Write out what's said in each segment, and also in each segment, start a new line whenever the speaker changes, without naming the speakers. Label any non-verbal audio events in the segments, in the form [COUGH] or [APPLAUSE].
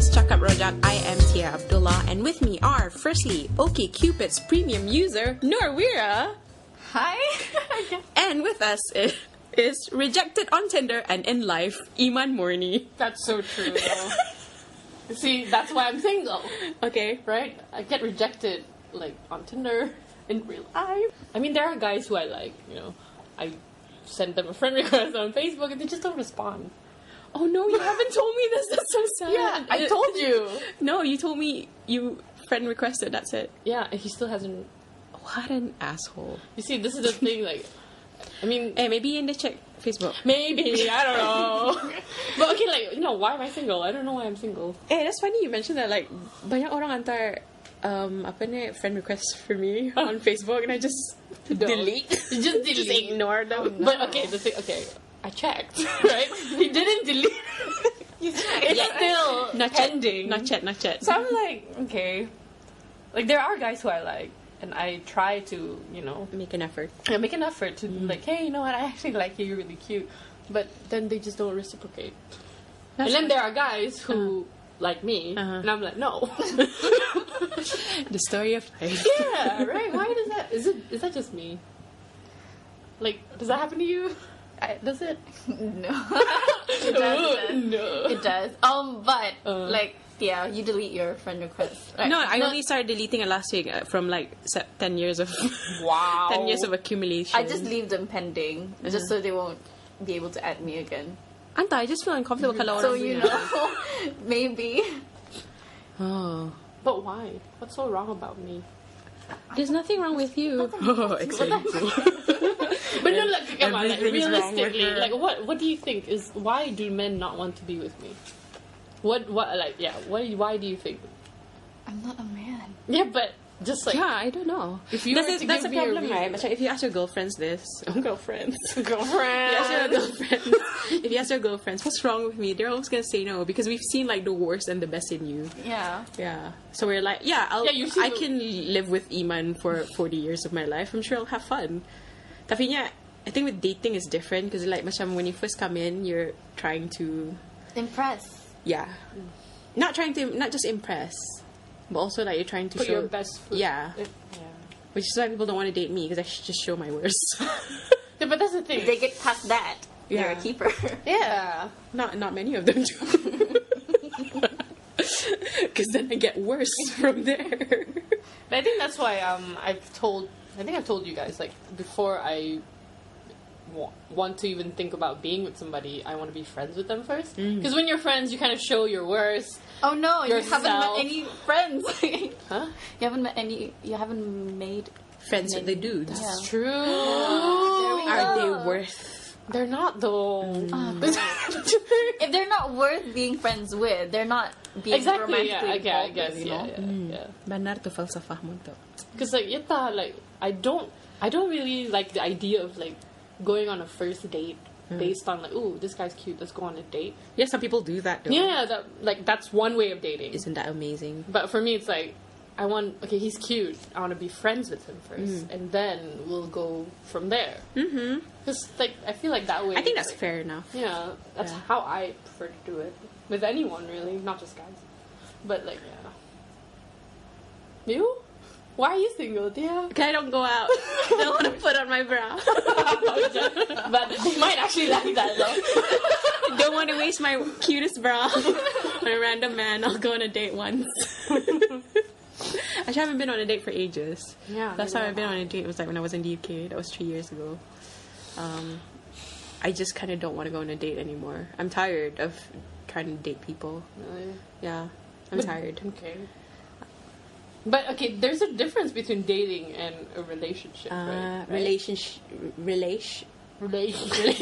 Project. I am Tia Abdullah, and with me are firstly OkCupid's premium user Norwira,
Hi.
[LAUGHS] and with us i- is rejected on Tinder and in life Iman Morni.
that's so true. Though. You See, that's why I'm single,
[LAUGHS] Okay,
right? I get rejected like on Tinder in real life. I mean, there are guys who I like. You know, I send them a friend [LAUGHS] request on Facebook and they just don't respond.
Oh no, you haven't told me this. That's so sad. Uh,
Yeah, I told uh, you.
No, you told me you friend requested. That's it.
Yeah, and he still hasn't.
What an asshole.
You see, this is the thing. Like, I mean,
Hey, Eh, maybe in the check Facebook.
maybe I don't know. [LAUGHS] but okay, like you know, why am I single? I don't know why I'm single.
Eh, that's funny you mentioned that. Like, banyak orang antar um apa ni friend requests for me on Facebook, and I just
Don't.
delete.
You just delete.
just ignore [LAUGHS] them.
But okay, the thing, okay, I checked, [LAUGHS] right? he didn't delete. [LAUGHS]
[LAUGHS]
it's
Yeah.
still
not Yet,
pending.
not yet. Not yet.
So I'm like, okay, like there are guys who I like, and I try to, you know,
make an effort.
I make an effort to like, hey, you know what? I actually like you. You're really cute, but then they just don't reciprocate. and then there are guys who like me,
Uh-huh.
and I'm like, no.
the story of life.
yeah, right. Why does that? Is it? Is that just me? Like, does that happen to you?
I,
Does it?
no, it does.
[LAUGHS] no.
It does. Um, but
Uh.
like, yeah, you delete your friend request. Right?
No, I only started deleting it last week uh, from like se- ten years of [LAUGHS]
Wow.
ten years of accumulation.
I just leave them pending, just so they won't be able to add me again.
Anta, I just feel uncomfortable. kalau
so
orang
you
punya.
know, [LAUGHS] maybe
Oh.
But why? What's so wrong about me?
There's nothing wrong with you.
But no, like, come on, like,
Everything's wrong with
realistically,
her.
like, what, what do you think is why do men not want to be with me? What, what, like, yeah, what, do you- why do you think?
I'm not a man.
Yeah, but just like
yeah, I don't know.
If you
that's
were
a,
to
that's a
give me a
problem,
reason-
right? Macam if you ask your girlfriends this, [LAUGHS] girlfriends,
girlfriend,
If you ask your girlfriends, [LAUGHS] if you ask your girlfriends, what's wrong with me? They're always gonna say no because we've seen like the worst and the best in you.
Yeah.
Yeah. So we're like, yeah, I'll,
Yeah, you've seen
I
the-
can live with Iman for 40 years of my life. I'm sure I'll have fun. Tapi nya, I think with dating is different because like macam when you first come in, you're trying to
Impress.
yeah,
Mm.
not trying to not just impress, but also like you're trying to
put
show
your best foot.
Yeah.
It- yeah.
Which is why people don't want to date me because I sh- just show my worst. [LAUGHS]
Yeah, but that's the thing.
If they get past that, you're
Yeah.
a
[LAUGHS]
keeper.
yeah.
not not many of them do. [LAUGHS] Because then I get worse from [LAUGHS] there.
But I think that's why um, I've told. I think I've told you guys like before I wa- want to even think about being with somebody, I want to be friends with them first.
Mm.
Because when you're friends, you kind of show your worst.
oh no, you haven't
Yourself.
met any friends. [LAUGHS] you
Huh?
haven't met any. You haven't made.
Friends with the dudes.
Yeah.
It's
[GASPS]
true. [GASPS]
There we
Are
go.
they worth?
They're not Ah. though.
If they're not worth being friends with, they're not being
exactly.
romantically
Yeah. Okay. I
involved
guess.
with, you
Yeah. Yeah.
know?
yeah.
Benar tu falsafah mo to.
Because like yata, like I don't, I don't really like the idea of like going on a first date based on like, oh, this guy's cute. Let's go on a date.
Yeah, some people do that. Though.
Yeah, that like that's one way of dating.
Isn't that amazing?
But for me, it's like I want. Okay, he's cute. I want to be friends with him first, and then we'll go from there. Mm-hmm. Because like I feel like that way.
I think
it's
that's
like-
fair enough.
Yeah, that's
Yeah.
how I prefer to do it with anyone, really, not just guys. But like, yeah. You? Why are you single,
[LAUGHS]
dear?
Okay, I don't go out. I don't want to put on my bra.
but they might actually like that
[LAUGHS] [LAUGHS]
though.
don't want to waste my cutest bra [LAUGHS] on a random man. I'll go on a date once. [LAUGHS] Actually, I haven't been on a date for ages.
Yeah.
Last time I've been on a date was like when I was in the UK. That was three years ago. Um, I just kind of don't want to go on a date anymore. I'm tired of trying to date people. Yeah, I'm tired.
Okay. But okay, there's a difference between dating and a relationship,
Uh,
[LAUGHS] right? right?
relationship, relation,
relationship.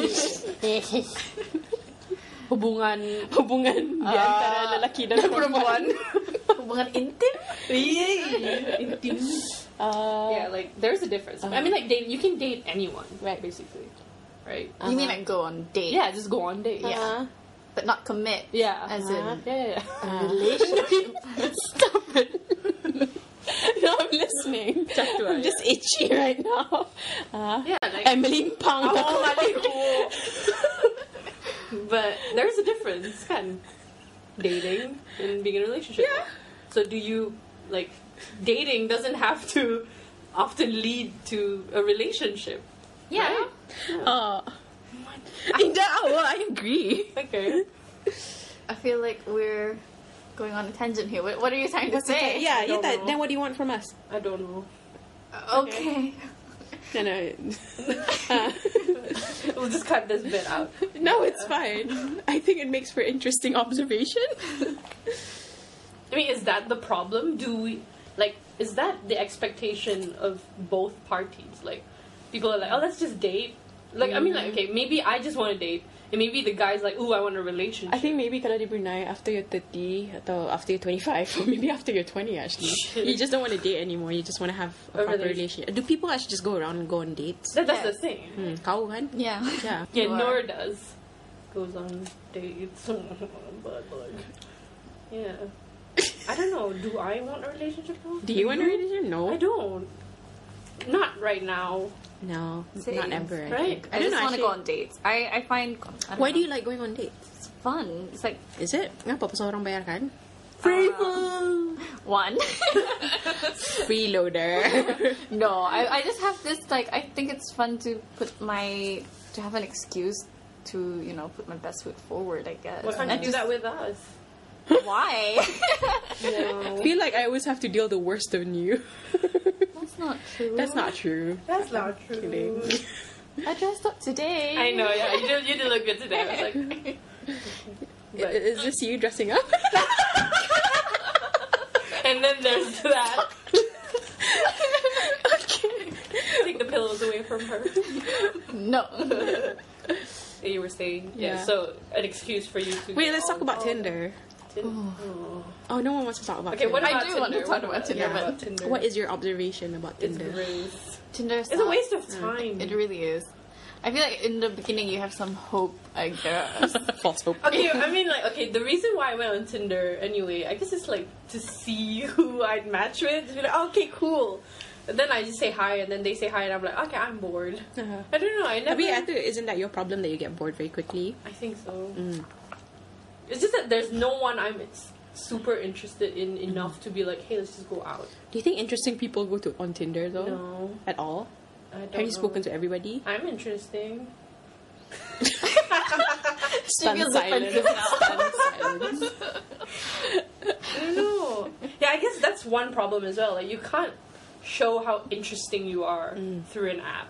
Hubungan
[LAUGHS] hubungan
Ah,
di antara lelaki dan perempuan.
[LAUGHS] Hubungan intim?
[LAUGHS] Uh,
Yeah, like there's a difference. I mean, like date you can date anyone,
Uh-huh. Right.
Basically, right?
You mean like go on date?
yeah, just go on date.
Yeah.
uh,
But not commit.
Yeah.
As
Uh-huh.
in
yeah, yeah, yeah.
uh,
relationship.
Stop it. [LAUGHS] no, I'm listening.
Talk to her,
I'm just itchy [LAUGHS] right now. Uh,
[LAUGHS] Yeah, like-
Emily Pang.
[LAUGHS] Oh, my God. but there's a difference, kan? dating and being in a relationship.
Yeah.
So do you like dating doesn't have to often lead to a relationship.
Yeah.
Right?
Uh, [LAUGHS] in that hour, I agree.
Okay.
I feel like we're going on a tangent here. What, what are you trying to say?
Yeah,
I
yeah.
don't
That,
know.
then what do you want from us?
I don't know. [LAUGHS]
Uh, Okay.
No, no. Uh,
We'll just cut this bit [LAUGHS] out.
[LAUGHS] no, it's fine. I think it makes for interesting observation.
I mean, is that the problem? Do we like is that the expectation of both parties? Like people are like, "Oh, let's just date." Like I mean, like okay, maybe I just want to date, and maybe the guy's like, "Ooh, I want a relationship."
I think maybe kalau di Brunei after you're 30 atau after you're 25 [LAUGHS] or maybe after you're 20 actually
Shit.
you just don't want to date anymore you just want to have a,
A
proper
relation-
relationship do people actually just go around and go on dates
that, that's
Yeah.
the thing.
hmm, kau kan
Yeah. [LAUGHS]
[LAUGHS] yeah
Yeah,
You are.
Nor does goes on dates, [LAUGHS] but like, yeah. I don't know. Do I want a relationship? Though?
do you want a relationship
I
no
don't. Not right now.
no
Same.
not ever I
Right.
think.
I,
don't
just want to go
actually.
on dates. I, I find. I
why do
don't
you
know.
like going on dates
It's fun. It's like
is it ngapa pasal orang bayar kan Ah.
Free
one. [LAUGHS]
[LAUGHS] freeloader
no, I, I just have this like I think it's fun to put my to have an excuse to you know put my best foot forward. I guess.
Why can't you
And
do that with [LAUGHS] us?
just- Why?
I
No.
feel like I always have to deal the worst of you [LAUGHS]
That's not true.
that's not true
That's not true.
kidding
I dressed up today.
I know, yeah. You did, you did look good today. I was like, But-
[LAUGHS] is this you dressing
[LAUGHS]
up
and then there's that.
okay
Take the pillows away from her.
No. [LAUGHS]
That you were saying. Yeah.
Yeah.
So an excuse for you to.
Wait, let's talk about
Oh,
Tinder.
Tin- oh.
Oh, no one wants to talk about
Okay, what
Tinder.
about
I do want to
Tinder?
talk about Tinder,
Yeah,
but-
about Tinder.
what is your observation about
it's
Tinder? [LAUGHS]
gross.
Tinder
It's a waste of time.
It really is. I feel like in the beginning you have some hope, I guess. [LAUGHS]
False hope.
Okay, I mean, like, okay, the reason why I went on Tinder anyway, I guess it's like to see [LAUGHS] who I'd match with. Be like, "Oh, okay, cool. And then I just say hi, and then they say hi, and I'm like, okay, I'm bored.
Uh-huh.
I don't know. I never.
Tapi I think isn't that your problem that you get bored very quickly?
I think so.
Mm.
It's just that there's no one I'm s- super interested in enough to be like, hey, let's just go out.
Do you think interesting people go to on Tinder though?
No,
At all?
I don't.
Have you
know.
spoken to everybody?
I'm interesting.
she feels
silence.
defensive now.
Silence.
I don't know.
[LAUGHS]
yeah, I guess that's one problem as well. Like, you can't show how interesting you are through an app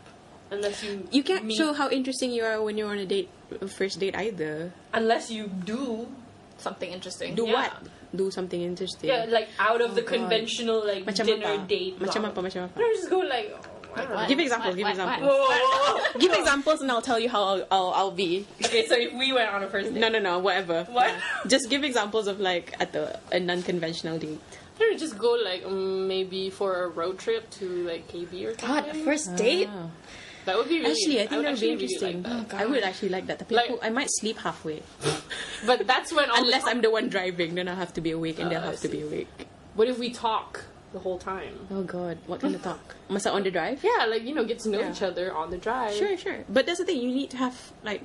unless you
Mm. you can't
meet-
show how interesting you are when you're on a date, a first date either.
unless you do.
Something interesting.
Do
Yeah.
what? Do something interesting.
Yeah, like out of the
Oh God.
conventional like
Macam
dinner
apa?
date.
Macam
blah.
apa? Macam apa?
No, just go like. oh, I don't know.
Give examples, give
Whoa,
examples.
whoa, whoa.
Give examples and I'll tell you how I'll, I'll, I'll be.
[LAUGHS] okay, so if we went on a first date,
No, no, no. Whatever.
What?
Just give examples of like at the a non-conventional date.
Or just go like um, maybe for a road trip to like KB or something.
first
Ah.
that would be really
Actually, I think
would
that would be
actually really
interesting. Oh,
like that.
[LAUGHS] I would actually like that. The
Like-
people, I might sleep halfway.
But that's when all
Unless I'm the one driving, then I'll have to be awake and they'll
Uh, I
have to be
see.
awake.
What if we talk the whole time?
Oh god, what kind of talk? Must I on the drive?
Yeah, like you know, get to know
Yeah.
each other on the drive.
Sure, sure. But that's the thing, you need to have like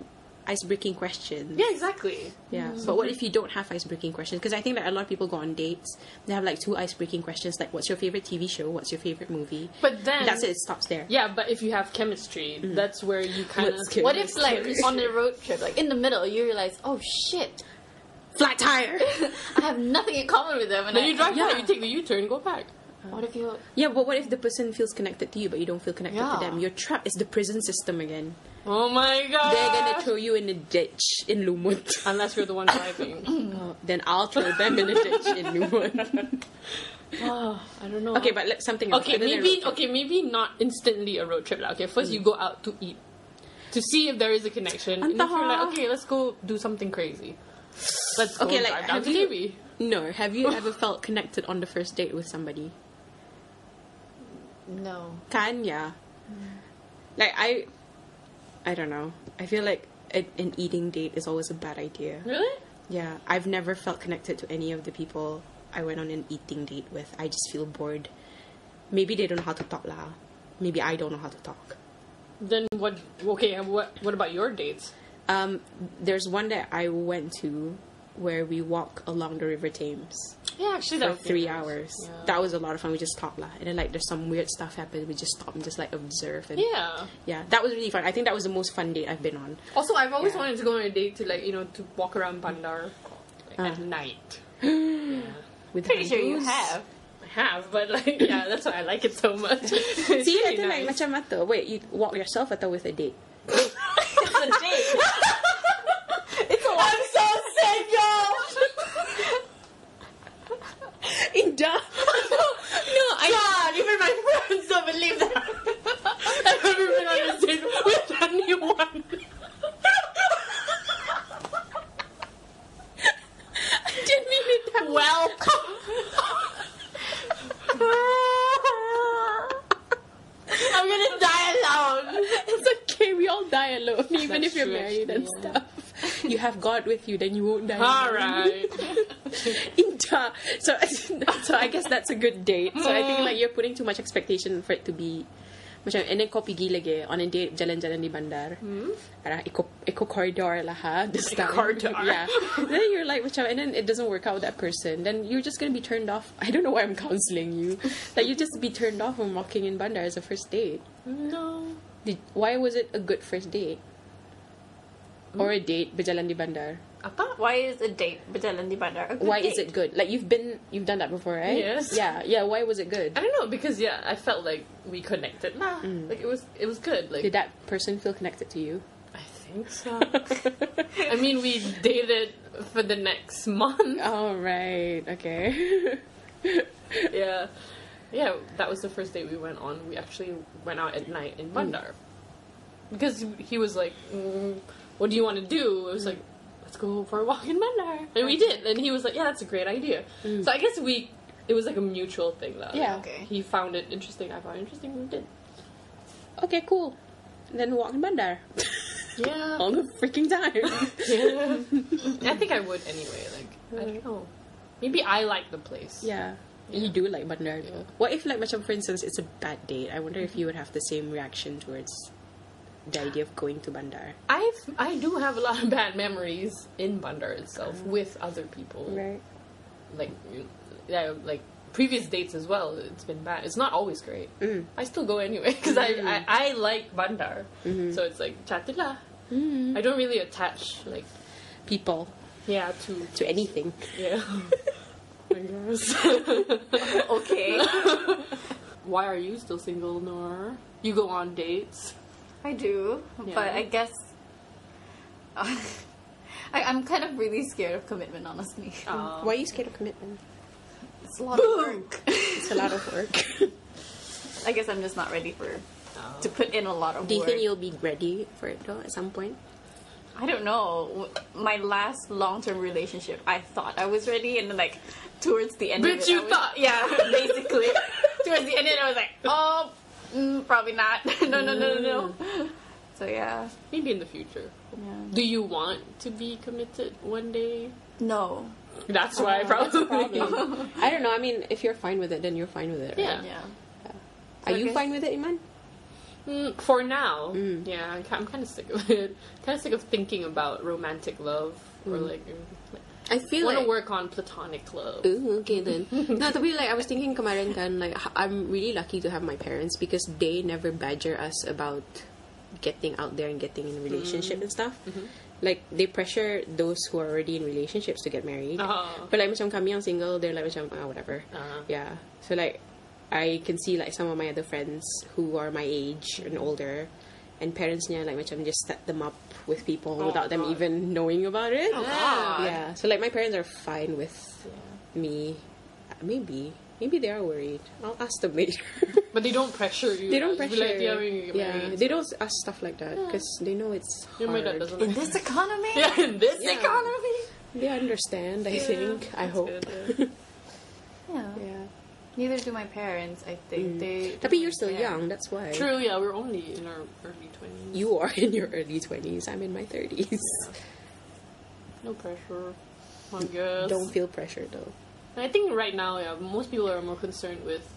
ice breaking questions.
Yeah, exactly.
Yeah. But what if you don't have ice breaking questions? Because I think that a lot of people go on dates, they have like two ice breaking questions like what's your favorite TV show? What's your favorite movie?
But then
That's it, it stops there.
Yeah, but if you have chemistry, that's where you kind
Mm-hmm. Let's
of.
kill.
What if, like, on
[LAUGHS]
the road trip, like, in the middle, you realize, oh shit,
Flat tire! [LAUGHS]
I have nothing in common with them. And
Then
I,
you drive
Yeah.
back, you take the U-turn, go back.
What if you.
yeah, but what if the person feels connected to you but you don't feel connected to
Yeah.
them? You're trapped. It's the prison system again.
Oh my god!
They're gonna throw you in a ditch in Lumut. [LAUGHS]
Unless you're the
[COUGHS]
one driving. [SIGHS]
then I'll throw them in a ditch in
[LAUGHS]
Lumut.
oh, I don't know.
okay, but let, something else.
Okay,
Other than
maybe
road trip.
okay, maybe not instantly a road trip. Like, okay, first you go out to eat to see if there is a connection. And if you're
Antah.
like, okay, let's go do something crazy. Let's go
Okay,
and
like,
drive down
have
to
you-
KB.
No, have you ever felt connected on the first date with somebody?
No.
Can yeah.
Hmm.
Like I, I don't know. I feel like a, an eating date is always a bad idea.
Really?
Yeah, I've never felt connected to any of the people I went on an eating date with. I just feel bored. Maybe they don't know how to talk lah. Maybe I don't know how to talk.
Then what? Okay, and what? What about your dates?
Um, there's one that I went to where we walk along the River Thames
Yeah, actually, that
for
would be
three
nice.
hours.
Oh, Yeah.
That was a lot of fun. We just stopped lah, and then like there's some weird stuff happened. We just stopped and just like observe and
yeah.
yeah, that was really fun. I think that was the most fun date I've been on.
Also, I've always
Yeah.
wanted to go on a date to like you know to walk around Bandar like, at
Uh.
night.
With
Pretty sure you
bamboos.
have.
I have, but like yeah, that's why I like it so much.
[LAUGHS]
It's
See, I
pretty
think like
[LAUGHS] nice.
macam ato. Wait, you walk yourself ato with a date?
It's a date. it's a
I'm so single.
Indah.
no, I God, even my friends don't believe that. I've never been on a date with [LAUGHS] anyone.
Didn't mean it that way.
Well,
[LAUGHS]
I'm gonna [LAUGHS] die alone.
It's okay. We all die alone, even if
That's
you're
true,
married and
actually, yeah.
stuff. You have God with you, then you won't die.
All
alone. [LAUGHS]
right.
Indah. So, [LAUGHS] so I guess that's a good date. So I think like you're putting too much expectation for it to be. Macam, and then kau pergi lagi on a date jalan-jalan di bandar. Hmm? Arah eco, eco corridor lah ha. This time.
corridor.
[LAUGHS] Yeah. then you're like macam, and then it doesn't work out with that person. Then you're just going to be turned off. I don't know why I'm counseling you. Like you just be turned off when walking in bandar as a first date.
No.
Did, why was it a good first date?
Hmm?
Or a date berjalan di bandar?
Apa?
Why is a date berjalan di bandar a good
Why
date?
is it good? Like you've been, you've done that before, right?
Yes.
Yeah, yeah. Why was it good?
I don't know because yeah, I felt like we connected. Nah, like it was it was good. Like
Hmm. Did that person feel connected to you?
I
[LAUGHS]
think so. I mean, we dated for the next month.
All right. Okay. [LAUGHS]
Yeah, yeah. That was the first date we went on. We actually went out at night
Hmm.
in Bandar because he was like, mm, "What do you want to do?" I was like, "Let's go for a walk in Bandar," and we did. And he was like, "Yeah, that's a great idea." So I guess we it was like a mutual thing though.
Hmm. Yeah.
Okay.
He found it interesting. I found it interesting. We did.
okay. Cool. Then walk in bandar
[LAUGHS] Yeah.
all the freaking
[LAUGHS]
time.
Yeah. [LAUGHS] I think I would anyway. Like, I don't know. Maybe I like the place.
yeah. You do like bandar though. What if like, macam for instance, it's a bad date? I wonder if you would have the same reaction towards the idea of going to bandar.
I've I do have a lot of bad memories in Bandar
Mm.
itself with other people. Like, you- yeah, like previous dates as well. It's been bad. It's not always great.
Mm.
I still go anyway [LAUGHS] because I, I I like Bandar. So it's like chatila.
Mm.
I don't really attach like
People
yeah to
to anything.
yeah. I guess.
[LAUGHS] Okay.
[LAUGHS] Why are you still single, Nor? You go on dates.
I do,
Yeah.
but I guess [LAUGHS] I, I'm kind of really scared of commitment. Honestly,
Ah. Um,
Why are you scared of commitment?
it's a lot of work.
It's a lot of work.
[LAUGHS] I guess I'm just not ready for
Oh.
to put in a lot
[LAUGHS]
of
Do you
work.
think you'll be ready for it though at some point?
I don't know. W- My last long-term relationship, I thought I was ready, and then like towards the end, of
Bitch,
it,
you
I was-
thought.
yeah, [LAUGHS] basically. towards the end, of it, I was like, oh, mm, probably not. [LAUGHS] no, no, no, no, no. So yeah,
Maybe in the future.
yeah.
Do you want to be committed one day?
No,
That's why I probably.
I don't know. I mean, if you're fine with it, then you're fine with it. Right?
Yeah.
yeah.
Are you
Okay.
fine with it, Iman?
Mm, for now,
Mm.
yeah, I'm, ki- I'm kind of sick of it. [LAUGHS] Kind of sick of thinking about romantic love or like.
Mm. I feel
want to
like.
work on platonic love.
Ooh, okay
[LAUGHS]
then. no, to be like, I was thinking kemarin kan, like, h- I'm really lucky to have my parents because they never badger us about getting out there and getting in a relationship
Mm.
and stuff.
Mm-hmm.
Like, they pressure those who are already in relationships to get married.
Uh-huh.
But like, macam kami yang single, they're like, macam, ah, whatever.
Uh-huh.
Yeah. So like, I can see like some of my other friends who are my age and older, and parents niya like macam just set them up with people
Oh,
without them
God. Oh
even knowing about it.
Ah.
God.
Yeah. So like my parents are fine with me. Maybe. Maybe they are worried. I'll ask them
[LAUGHS]
later.
But they don't pressure you.
they don't
They'll be
pressure.
Like, yeah, when you get
yeah,
married,
they don't ask stuff like that because they know it's
Your
hard.
mother
[LAUGHS]
doesn't.
In this economy,
[LAUGHS] yeah, in this
Yeah.
economy.
They understand. I
Yeah,
think. I
that's
hope.
good,
yeah.
[LAUGHS] Yeah.
Neither do my parents. I think they.
Mm. Tapi you're still
Yeah.
young. That's why.
True. Yeah, we're only in our early twenties.
You are in your early 20s. I'm in my 30s.
No pressure. I guess.
Don't feel pressure though.
And I think right now, yeah, most people are more concerned with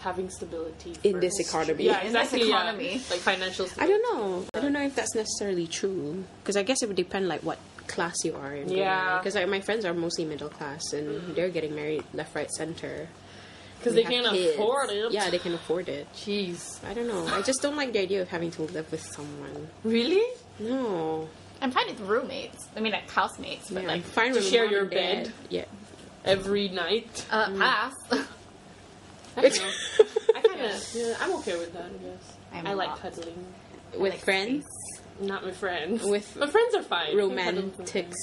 having stability
In this
first.
economy.
Yeah,
In this
exactly. yeah.
economy.
Like financial.
I
Stability.
don't know. I don't know if that's necessarily true because I guess it would depend like what class you are in.
Yeah.
Because like my friends are mostly middle class and they're getting married left, right, center.
because they
have
can't
kids.
afford it.
Yeah, they can afford it.
Jeez.
I don't know. I just don't like the idea of having to live with someone.
Really?
No.
I'm fine with roommates. I mean, like housemates, but
Yeah,
like
fine
to
with
share
mom
your
and dad.
bed. [LAUGHS]
Yeah.
Every night.
uh,
Mm.
pass. [LAUGHS]
I don't know. I kind of. Yeah, I'm okay with that. I guess.
I'm
I like
not.
cuddling.
with
like
friends,
[LAUGHS] Not with friends.
With
my friends are fine.
romantics.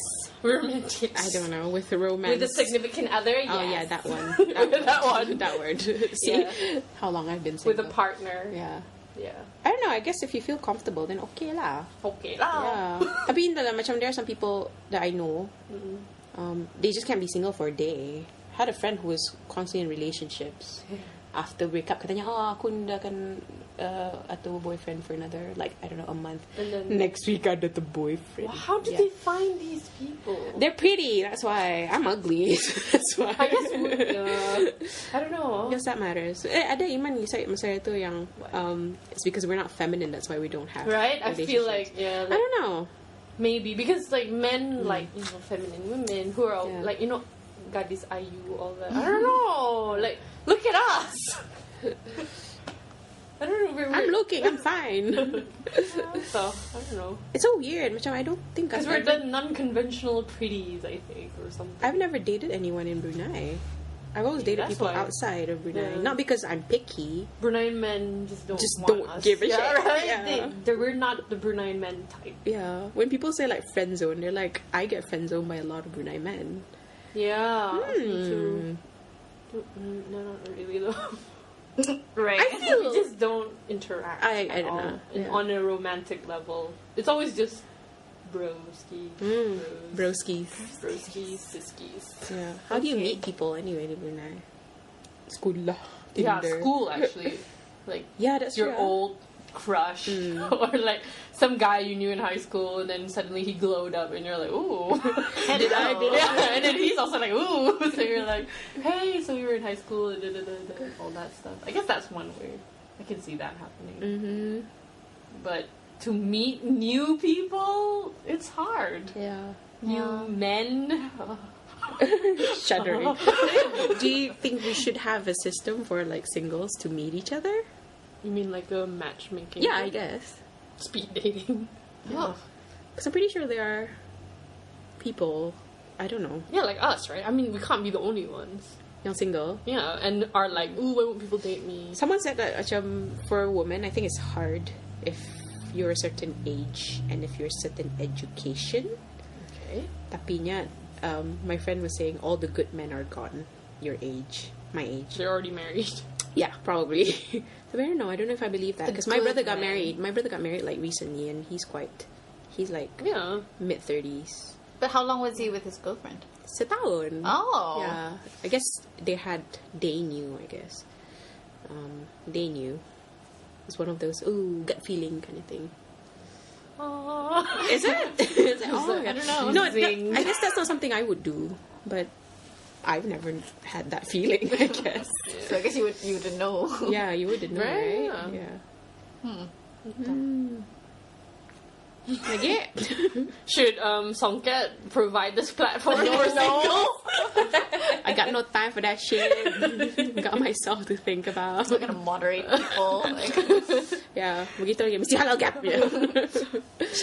I
Romantics. [LAUGHS]
don't know. With the romance.
with a significant other.
Oh yeah,
yes.
that one.
With that
[LAUGHS]
one.
that word. See
Yeah.
how long I've been
With
single.
a partner.
Yeah.
Yeah.
I don't know. I guess if you feel comfortable, then okay lah.
Okay. Ah, lah. [LAUGHS]
Yeah. Tapi yun na lang, macam there are some people that I know,
Mm-hmm.
um, they just can't be single for a day. I had a friend who was constantly in relationships.
[LAUGHS]
After breakup, katanya, oh, aku ndakan uh, atau boyfriend for another, like, I don't know, a month.
And then-
Next week, I did the boyfriend.
Mm-hmm. Well, how do
Yeah.
they find these people?
They're pretty, that's why. I'm ugly, [LAUGHS] that's why.
I guess.
[LAUGHS]
we- Uh, I don't
I
know.
guess that matters. Eh, ada iman you said masalah tu yang um, it's because we're not feminine. That's why we don't have
Right? I feel
relationships.
like
I
yeah, like,
don't know.
maybe because like men like you know feminine women who are all,
Mm. Yeah.
like you know got this IU all that. I don't know. Like look at us. [LAUGHS] I don't know. We're,
I'm looking. I'm fine.
[LAUGHS] So I don't know
it's so weird. Macam I don't think
because
I've
we're
ever,
the non-conventional pretties, I think, or something.
I've never dated anyone in Brunei. I've always dated
That's
people
why.
outside of Brunei.
Yeah.
Not because I'm picky.
Bruneian men just don't
Just
want
don't
us.
give a
yeah,
shit.
Right?
Yeah.
They, they're- we're not the Bruneian men type.
Yeah. When people say like friend zone, they're like, I get friend zoned by a lot of Brunei men.
Yeah. Uh, Me too.
Hmm.
Don't- No,
[LAUGHS]
not really though.
right.
I feel
We just don't interact.
I- I
at
don't
all.
know.
In-
Yeah.
On a romantic level, it's always just broski,
Mm,
bros,
broskies.
broskies, siskies.
Yeah. How do you
Okay.
meet people anyway in Brunei? School lah.
Yeah,
Tinder.
school actually, like
Yeah, that's
your
true.
old crush [LAUGHS] or like some guy you knew in high school, and then suddenly he glowed up, and you're like, ooh, did I do?
[LAUGHS] Hello.
Yeah, [LAUGHS] and then he's also like, ooh, [LAUGHS] so you're like, hey, so we were in high school, da, da, da, da, all that stuff. I guess that's one way I can see that happening.
Mm-hmm.
but to meet new people, it's hard.
Yeah.
Yeah.
New men.
[LAUGHS]
[LAUGHS]
Shuddering. Do you think we should have a system for like singles to meet each other?
You mean like a matchmaking?
Yeah, I guess.
Speed dating. Yeah.
Oh.
Because I'm pretty sure there are people, I don't know,
yeah, like us, right? I mean, we can't be the only ones.
now single.
Yeah, and are like, ooh, why won't people date me?
Someone said that macam, for a woman, I think it's hard if you're a certain age and if you're a certain education.
Okay.
Tapi nya, um, my friend was saying all the good men are gone. Your age, my age.
They're already married. [LAUGHS]
Yeah, probably. [LAUGHS] so I don't know. I don't know if I believe that
The
because my brother
good
got
men.
married. My brother got married like recently, and he's quite, he's like
Yeah.
mid thirties.
[LAUGHS] But how long was he with his girlfriend?
Setahun.
Oh.
Yeah, I guess they had they knew. I guess um, they knew. It's one of those ooh gut feeling kind of thing.
Aw.
Is it? [LAUGHS] It's like, oh,
I don't know.
No, it-
Zing.
I guess that's not something I would do, but I've never had that feeling. I guess.
So I guess you would you would know. [LAUGHS]
yeah, [LAUGHS] you wouldn't know, right?
Right, yeah.
Yeah. Mm-hmm.
Hmm.
Like yeah.
Should um Songket provide this [LAUGHS] platform?
No,
for
no.
singles?
[LAUGHS] I got no time for that shit. [LAUGHS] got myself to think about.
We're gonna moderate
[LAUGHS]
people. Like, [LAUGHS]
Yeah, begitu lagi mesti halal gap ya.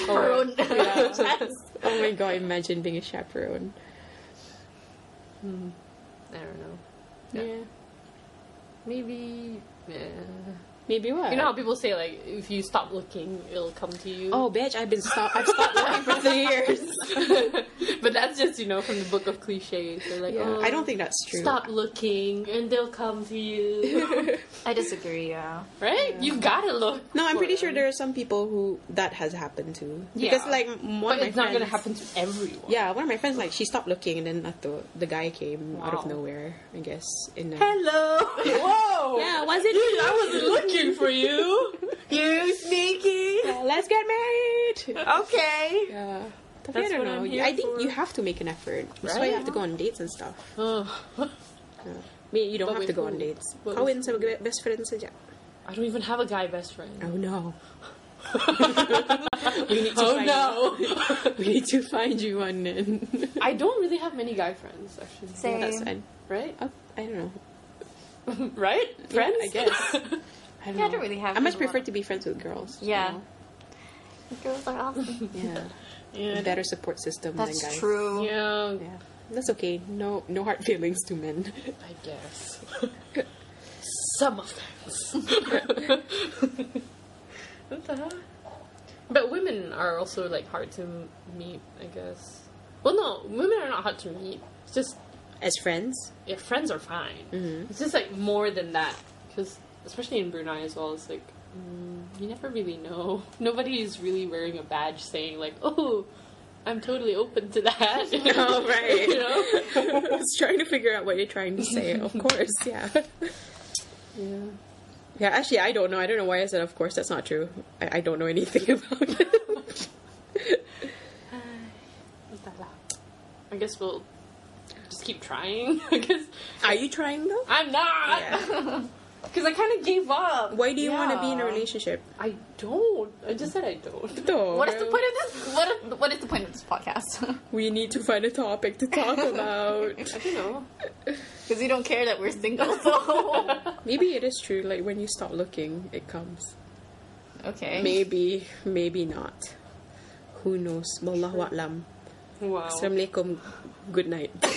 chaperone.
oh my god, imagine being a chaperone.
I don't know.
Yeah.
Yeah. Maybe. Yeah.
Maybe what?
You know how people say like if you stop looking, it'll come to you.
oh bitch, I've been stop I've stopped looking for three years.
[LAUGHS] but that's just you know from the book of cliches. They're like,
Yeah.
oh,
I don't think that's true.
Stop looking, and they'll come to you.
[LAUGHS]
[LAUGHS]
[LAUGHS]
I disagree. Yeah.
right? You gotta look.
No, I'm
for
pretty sure
it.
there are some people who that has happened to. Because
Yeah.
like m- one of
But
my
it's not
friends,
gonna happen to everyone.
Yeah, one of my friends like she stopped looking and then after the guy came out of
Wow.
nowhere, I guess. In a,
Hello. Whoa.
Yeah, was it? you?
I was looking for you. [LAUGHS]
You sneaky.
Yeah, [LAUGHS] let's get married.
Okay.
Yeah. Tapi I
That's
don't
what
know.
I'm here
I think
for.
you have to make an effort. That's why you have to go on dates and stuff.
Oh.
Me, you don't
But
have
with
to go
who?
on dates.
But
Kawin
with
sa mag- best friend sa dyan.
I don't even have a guy best friend.
Oh no. [LAUGHS] we need to
[LAUGHS] Oh
find
no! [LAUGHS]
We need to find you one then. [LAUGHS]
I don't really have many guy friends, actually.
Same.
That's fine.
Right? [LAUGHS]
Oh, I don't know.
Right? Friends?
I guess. I don't
Yeah, I
know.
don't really
I
have
much
a lot.
prefer to be friends with girls. you
Yeah.
know?
Girls are awesome.
Yeah.
[LAUGHS] yeah.
Better support system
That's
than guys.
true.
Yeah,
Yeah. That's okay. No no hard [LAUGHS] feelings to men.
I guess. [LAUGHS] Some of them. [LAUGHS] what the hell? But women are also like hard to m- meet, I guess. Well, no, women are not hard to meet. It's just
As friends?
yeah, friends are fine. It's just like more than that because especially in Brunei as well, it's like mm, you never really know. [LAUGHS] Nobody is really wearing a badge saying like, "Oh, I'm totally open to [LAUGHS] that."
Oh, right.
you know.
[LAUGHS] I was trying to figure out what you're trying to say. Of course, yeah. [LAUGHS]
Yeah.
Yeah, actually, I don't know. I don't know why I said of course. That's not true. I, I don't know anything [LAUGHS] about it.
I guess we'll just keep trying. [LAUGHS] I guess
Are you trying though?
I'm not [LAUGHS]
Yeah. [LAUGHS]
Because I kind of gave up.
Why do you want to be in a
Yeah.
relationship?
I don't. I just said I don't.
Though,
What is the point of this? What is, what is the point of this podcast? [LAUGHS]
We need to find a topic to talk about.
I don't know.
Because you don't care that we're single, so
[LAUGHS] maybe it is true. Like when you stop looking, it comes.
[LAUGHS] okay.
Maybe, maybe not. Who knows? Wallahu a'lam.
Wow.
Assalamualaikum. Good night.